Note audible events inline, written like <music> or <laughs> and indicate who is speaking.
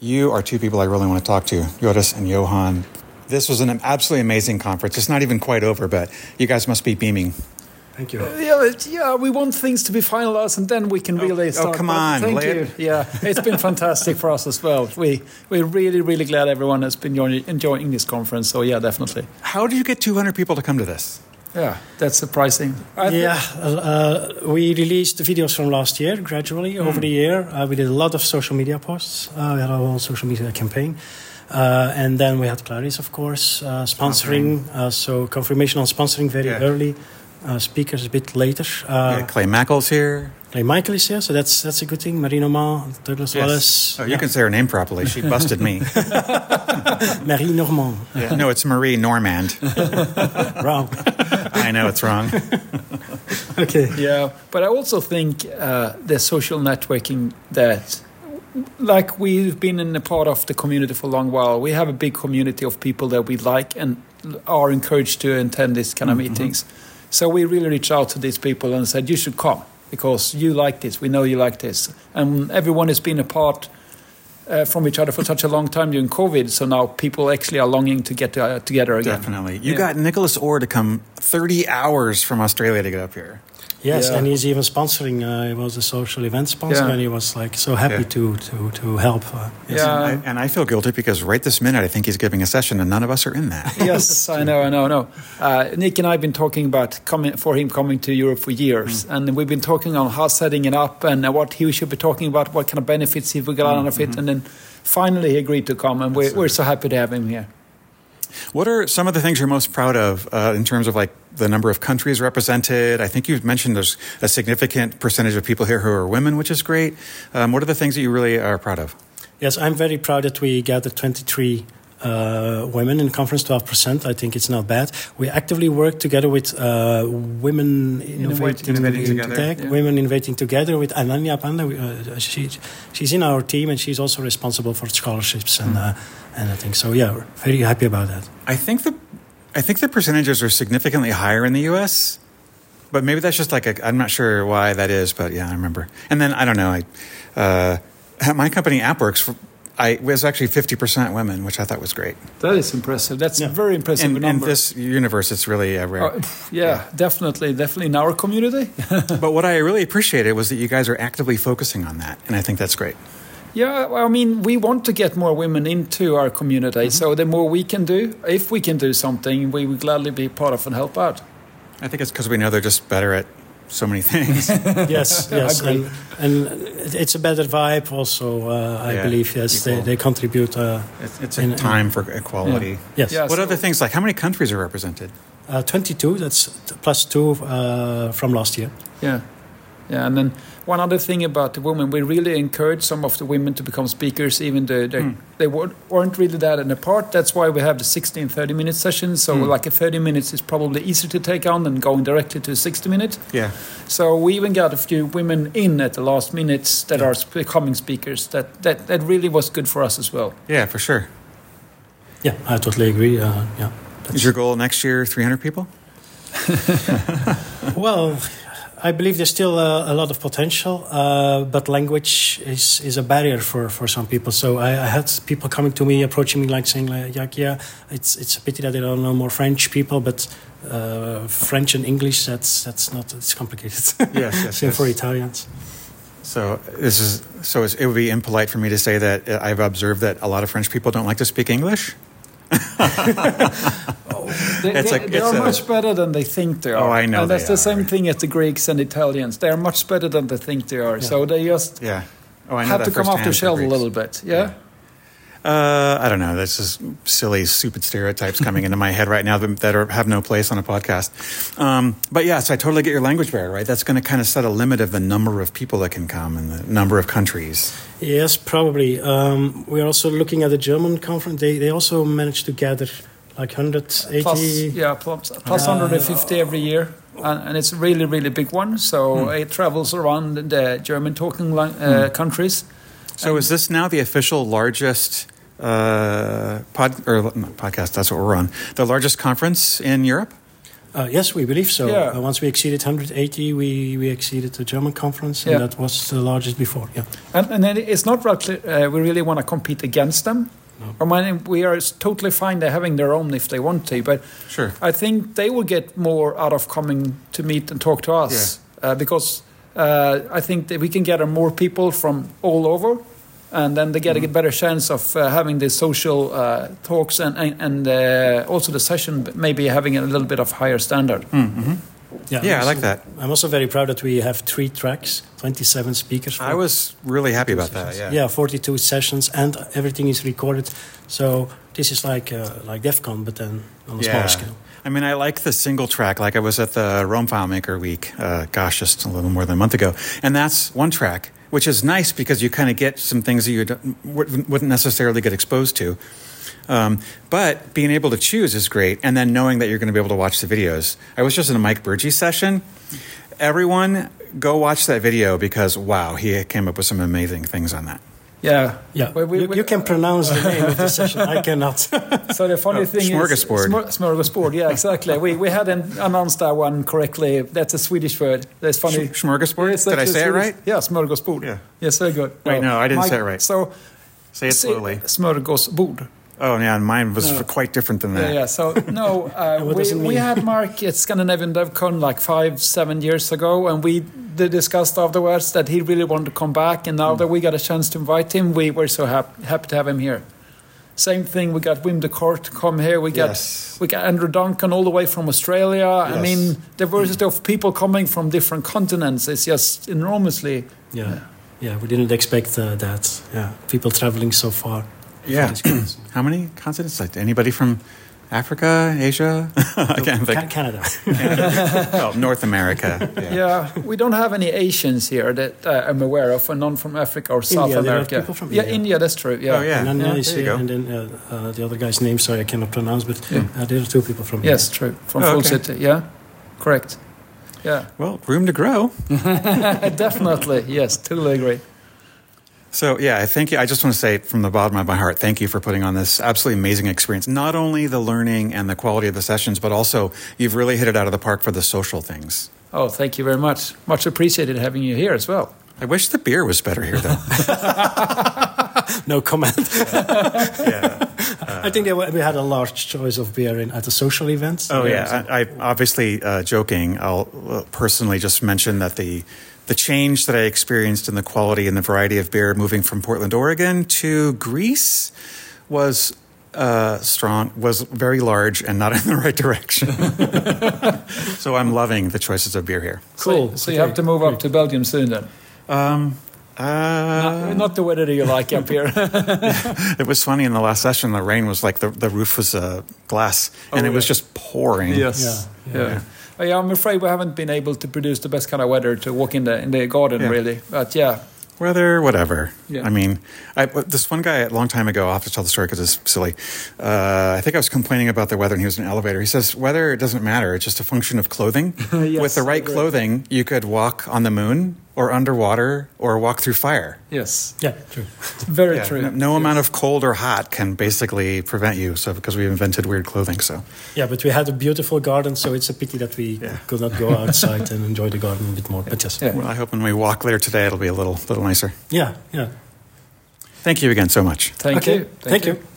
Speaker 1: You are two people I really want to talk to, Yotis and Johan. This was an absolutely amazing conference. It's not even quite over, but you guys must be beaming.
Speaker 2: Thank you.
Speaker 3: Yeah, but, yeah, we want things to be finalized, and then we can really start.
Speaker 1: Oh, come
Speaker 3: but
Speaker 1: on,
Speaker 3: thank
Speaker 1: lay
Speaker 3: you.
Speaker 1: it-
Speaker 3: Yeah, it's been fantastic for us as well. We we're really really glad everyone has been join- enjoying this conference. So yeah, definitely.
Speaker 1: How did you get 200 people to come to this?
Speaker 3: Yeah, that's surprising. I think-
Speaker 2: Yeah, uh, we released the videos from last year gradually
Speaker 1: Hmm.
Speaker 2: over the year. Uh, we did a lot of social media posts. Uh, we had our whole social media campaign. Uh, and then we had Clarice, of course, uh, sponsoring. Uh, so confirmation on sponsoring very
Speaker 1: Yeah.
Speaker 2: early. Uh, speakers a bit later. Uh,
Speaker 1: Yeah, Clay Mackles here.
Speaker 2: Clay Michael is here, so that's that's a good thing. Marino Ma, Douglas Wallace,
Speaker 1: Oh, you can say her name properly. She busted me.
Speaker 2: Marie
Speaker 1: <laughs>
Speaker 2: Normand.
Speaker 1: Yeah, No, it's Marie Normand.
Speaker 2: Wow.
Speaker 1: I know it's wrong.
Speaker 2: okay.
Speaker 3: Yeah, but I also think uh, the social networking that, like we've been in a part of the community for a long while, we have a big community of people that we like and are encouraged to attend these kind of
Speaker 1: Mm-hmm.
Speaker 3: meetings. So we really reached out to these people and said, "You should come because you like this. We know you like this." And everyone has been a part uh, from each other for such a long time during COVID. So now people actually are longing to get uh, together again.
Speaker 1: Definitely. You
Speaker 3: Yeah.
Speaker 1: got Nicholas Orr to come 30 hours from Australia to get up here.
Speaker 2: Yes,
Speaker 3: Yeah.
Speaker 2: and he's even sponsoring. Uh, he was a social event sponsor,
Speaker 3: Yeah.
Speaker 2: and he was like so happy
Speaker 1: Yeah.
Speaker 2: to, to to help. Uh, yes.
Speaker 3: Yeah.
Speaker 1: And, I, and I feel guilty because right this minute I think he's giving a session and none of us are in that.
Speaker 3: <laughs> yes, I know, I know, I know. Uh, Nick and I have been talking about coming for him coming to Europe for years, and we've been talking on how setting it up and uh, what he should be talking about, what kind of benefits he will get out of it, and then finally he agreed to come, and we're, we're so happy to have him here.
Speaker 1: What are some of the things you're most proud of uh, in terms of like the number of countries represented? I think you've mentioned there's a significant percentage of people here who are women, which is great. Um, what are the things that you really are proud of?
Speaker 2: Yes, I'm very proud that we gathered 23 uh, women in conference, 12%. I think it's not bad. We actively work together with uh, Women Innovating,
Speaker 1: Innovating Together,
Speaker 2: Tech,
Speaker 3: yeah.
Speaker 2: Women Innovating Together with Ananya Panda. We, Uh, she, she's in our team and she's also responsible for scholarships and, uh, and I think so. Yeah, we're very happy about that.
Speaker 1: I think the I think the percentages are significantly higher in the U.S., but maybe that's just like a, I'm not sure why that is, but yeah, I remember. And then I don't know. I uh, at my company AppWorks, I was actually 50 percent women, which I thought was great.
Speaker 3: That is impressive. That's
Speaker 2: Yeah.
Speaker 3: very impressive
Speaker 1: In, in
Speaker 3: number.
Speaker 1: this universe, it's really uh, rare.
Speaker 3: Uh, pff, yeah, definitely, definitely in our community.
Speaker 1: but what I really appreciated was that you guys are actively focusing on that, and I think that's great.
Speaker 3: Yeah, well, I mean, we want to get more women into our community. So the more we can do, if we can do something, we will gladly be part of and help out.
Speaker 1: I think it's because we know they're just better at so many <laughs> things.
Speaker 2: yes, yes,
Speaker 3: Agree.
Speaker 2: and, and it- it's a better vibe. Also, uh, I
Speaker 1: Yeah,
Speaker 2: believe yes, they,
Speaker 1: equal.
Speaker 2: they contribute. Uh,
Speaker 1: it's, it's a
Speaker 2: In-
Speaker 1: time for equality.
Speaker 2: yes,
Speaker 3: Yeah,
Speaker 1: What
Speaker 3: so-
Speaker 1: other things like how many countries are represented?
Speaker 2: Uh, 22. That's t- plus two uh, from last year.
Speaker 3: Yeah. Yeah, and then one other thing about the women, we really encourage some of the women to become speakers, even though they,
Speaker 1: Hmm.
Speaker 3: they wa- weren't really that in the part. That's why we have the 16, 30 minute sessions. So,
Speaker 1: Hmm.
Speaker 3: like a 30 minutes is probably easier to take on than going directly to a 60 minute.
Speaker 1: Yeah.
Speaker 3: So, we even got a few women in at the last minutes that are sp- becoming speakers. That, that, that really was good for us as well.
Speaker 1: Yeah, for sure.
Speaker 2: Yeah, I totally agree. Uh, yeah.
Speaker 1: Is your goal next year 300 people?
Speaker 2: well, I believe there's still uh, a lot of potential, uh, but language is, is a barrier for, for some people. So I, I had people coming to me, approaching me, like saying, like, "Yeah, yeah, it's it's a pity that there are no more French people, but uh, French and English, that's that's not it's complicated."
Speaker 1: Yes, yes,
Speaker 2: <laughs> Same for
Speaker 1: yes.
Speaker 2: Italians.
Speaker 1: So this is so it's, it would be impolite for me to say that uh, I've observed that a lot of French people don't like to speak English.
Speaker 3: They,
Speaker 1: It's
Speaker 3: they-
Speaker 1: like-
Speaker 3: they
Speaker 1: it's
Speaker 3: are
Speaker 1: a-
Speaker 3: much better than they think they are.
Speaker 1: Oh, I know
Speaker 3: And that's
Speaker 1: they
Speaker 3: the
Speaker 1: are.
Speaker 3: same thing as the Greeks and Italians. They are much better than they think they are. So they just
Speaker 1: Yeah. Oh, I know
Speaker 3: have
Speaker 1: that
Speaker 3: to come off
Speaker 1: firsthand for
Speaker 3: the shelf a
Speaker 1: Greeks.
Speaker 3: little bit. Yeah.
Speaker 1: Uh, I don't know. That's just silly, stupid stereotypes coming into my head right now that, that are, have no place on a podcast. Um, but yes, I totally get your language barrier, right? That's going to kind of set a limit of the number of people that can come and the number of countries.
Speaker 2: Yes, probably. Um, we're also looking at the German conference. They, they also managed to gather like 180.
Speaker 3: Plus, yeah, plus, plus 150 every year. And, and it's a really, really big one. So it travels around the German talking lang- uh, countries.
Speaker 1: So is this now the official largest uh, pod or not podcast? That's what we're on. The largest conference in Europe.
Speaker 2: Uh, yes, we believe so.
Speaker 3: Yeah.
Speaker 2: Uh, once we exceeded 180, we, we exceeded the German conference, and
Speaker 3: Yeah.
Speaker 2: that was the largest before. Yeah.
Speaker 3: And, and then it's not that uh, we really want to compete against them.
Speaker 2: No.
Speaker 3: I mean, we are totally fine. They're having their own if they want to, but
Speaker 1: Sure.
Speaker 3: I think they will get more out of coming to meet and talk to us uh, because uh, I think that we can gather more people from all over, and then they get a better chance of uh, having the social uh, talks and and, and uh, also the session maybe having a little bit of higher standard.
Speaker 1: Mm-hmm. Yeah, I
Speaker 2: I'm
Speaker 1: like
Speaker 2: also-
Speaker 1: that.
Speaker 2: I'm also very proud that we have three tracks, 27 speakers.
Speaker 1: I was really happy about that. Yeah.
Speaker 2: yeah. 42 sessions, and everything is recorded. So this is like uh, like DEF CON, but then on a
Speaker 1: Yeah.
Speaker 2: smaller scale.
Speaker 1: I mean, I like the single track. Like I was at the Rome FileMaker Week, uh, gosh, just a little more than a month ago, and that's one track, which is nice because you kind of get some things that you don't- wouldn't wouldn't necessarily get exposed to. Um, but being able to choose is great, and then knowing that you're going to be able to watch the videos. I was just in a Mike Burgee session. Everyone, go watch that video because wow, he came up with some amazing things on that.
Speaker 3: Yeah,
Speaker 2: Yeah,
Speaker 3: We- we-
Speaker 2: you,
Speaker 3: we-
Speaker 2: you can pronounce the name of the session. I
Speaker 1: <laughs>
Speaker 2: cannot.
Speaker 3: So the funny
Speaker 1: Oh,
Speaker 3: thing
Speaker 1: smorgasbord.
Speaker 3: is smor- smorgasbord. Yeah, exactly. we we hadn't announced that one correctly. That's a Swedish word. That's funny.
Speaker 1: Sch- smorgasbord?
Speaker 3: It's
Speaker 1: Did I
Speaker 3: actually
Speaker 1: say it
Speaker 3: Swedish-
Speaker 1: right?
Speaker 3: Yeah, smorgasbord.
Speaker 1: Yeah.
Speaker 3: Yes, very good.
Speaker 1: Wait, no, I didn't say it right.
Speaker 3: So
Speaker 1: Say it
Speaker 3: say
Speaker 1: slowly.
Speaker 3: Smorgasbord.
Speaker 1: Oh yeah, and mine was
Speaker 3: No.
Speaker 1: quite different than
Speaker 3: Yeah,
Speaker 1: that.
Speaker 3: yeah. So
Speaker 2: <laughs>
Speaker 3: no, uh,
Speaker 2: What does
Speaker 3: we,
Speaker 2: it
Speaker 3: we
Speaker 2: mean?
Speaker 3: had Mark at Scandinavian DevCon like five, seven years ago, and we d- discussed afterwards that he really wanted to come back. And
Speaker 2: Hmm.
Speaker 3: now that we got a chance to invite him, we were so hap- happy to have him here. Same thing, we got Wim de Kort to come here. We got
Speaker 1: Yes.
Speaker 3: we got Andrew Duncan all the way from Australia. I
Speaker 1: Yes.
Speaker 3: mean,
Speaker 2: Hmm.
Speaker 3: diversity of people coming from different continents is just enormously.
Speaker 2: yeah, yeah, we didn't expect uh, that. Yeah, people traveling so far. for
Speaker 1: Yeah.
Speaker 2: this conference.
Speaker 1: How many continents? Like anybody from Africa, <laughs> Asia? <laughs> I can't
Speaker 2: Ca-
Speaker 1: think.
Speaker 2: Canada.
Speaker 1: Oh, North America. <laughs> Yeah.
Speaker 3: Yeah, we don't have any Asians here that uh, I'm aware of, and none from Africa or South
Speaker 2: there are
Speaker 3: America.
Speaker 2: people from
Speaker 3: yeah,
Speaker 2: India.
Speaker 3: India. That's true.
Speaker 1: Oh yeah.
Speaker 2: and then,
Speaker 3: Yeah,
Speaker 2: uh, is
Speaker 1: there you
Speaker 2: here,
Speaker 1: go.
Speaker 2: and then uh, uh, the other guy's name, sorry, I cannot pronounce, but
Speaker 3: Yeah.
Speaker 2: uh, there are two people from
Speaker 3: Yes, true. From
Speaker 1: Oh,
Speaker 3: Full
Speaker 1: okay.
Speaker 3: City, yeah. Correct. Yeah, <laughs>
Speaker 1: Well, room to grow.
Speaker 3: definitely. Yes, totally agree.
Speaker 1: So yeah, I thank you. I just want to say from the bottom of my heart, thank you for putting on this absolutely amazing experience. Not only the learning and the quality of the sessions, but also you've really hit it out of the park for the social things.
Speaker 3: Oh, thank you very much. Much appreciated having you here as well.
Speaker 1: I wish the beer was better here, though.
Speaker 2: here. No
Speaker 3: <laughs>
Speaker 2: comment.
Speaker 1: <laughs> yeah.
Speaker 2: I think there were, we had a large choice of beer in, at the social events.
Speaker 1: Oh yeah. I, I obviously uh, joking. I'll uh, personally just mention that the the change that I experienced in the quality and the variety of beer moving from Portland, Oregon to Greece was uh, strong, was very large, and not <laughs> in the right direction. so I'm loving the choices of beer here.
Speaker 2: Cool.
Speaker 3: So, so you have to move up to Belgium soon then.
Speaker 1: Um,
Speaker 3: Not-
Speaker 1: uh,
Speaker 3: Not the weather you like up here. <laughs>
Speaker 1: it was funny in the last session. The rain was like the, the roof was uh, glass, and it was just pouring.
Speaker 2: Yeah,
Speaker 3: Yeah. Oh, yeah, I'm afraid we haven't been able to produce the best kind of weather to walk in the in the garden,
Speaker 1: Yeah.
Speaker 3: really. But yeah,
Speaker 1: Weather, whatever.
Speaker 3: Yeah.
Speaker 1: I mean, I, but this one guy a long time ago, I'll have to tell the story because it's silly. Uh, I think I was complaining about the weather and he was in an elevator. He says, weather, it doesn't matter. It's just a function of clothing.
Speaker 3: <laughs> Yes,
Speaker 1: With the right
Speaker 3: agree.
Speaker 1: clothing, you could walk on the moon or underwater or walk through fire.
Speaker 3: yes,
Speaker 2: yeah, true.
Speaker 3: very
Speaker 1: Yeah,
Speaker 3: true.
Speaker 1: No, no amount of cold or hot can basically prevent you. So because we invented weird clothing, so
Speaker 2: Yeah, but we had a beautiful garden, so it's a pity that we
Speaker 1: Yeah.
Speaker 2: could not go outside and enjoy the garden a bit more. But yes,
Speaker 3: Yeah.
Speaker 1: well, I hope when we walk later today, it'll be a little little nicer.
Speaker 2: yeah, yeah.
Speaker 1: Thank you again so much.
Speaker 3: Thank
Speaker 2: okay,
Speaker 3: you.
Speaker 2: thank you.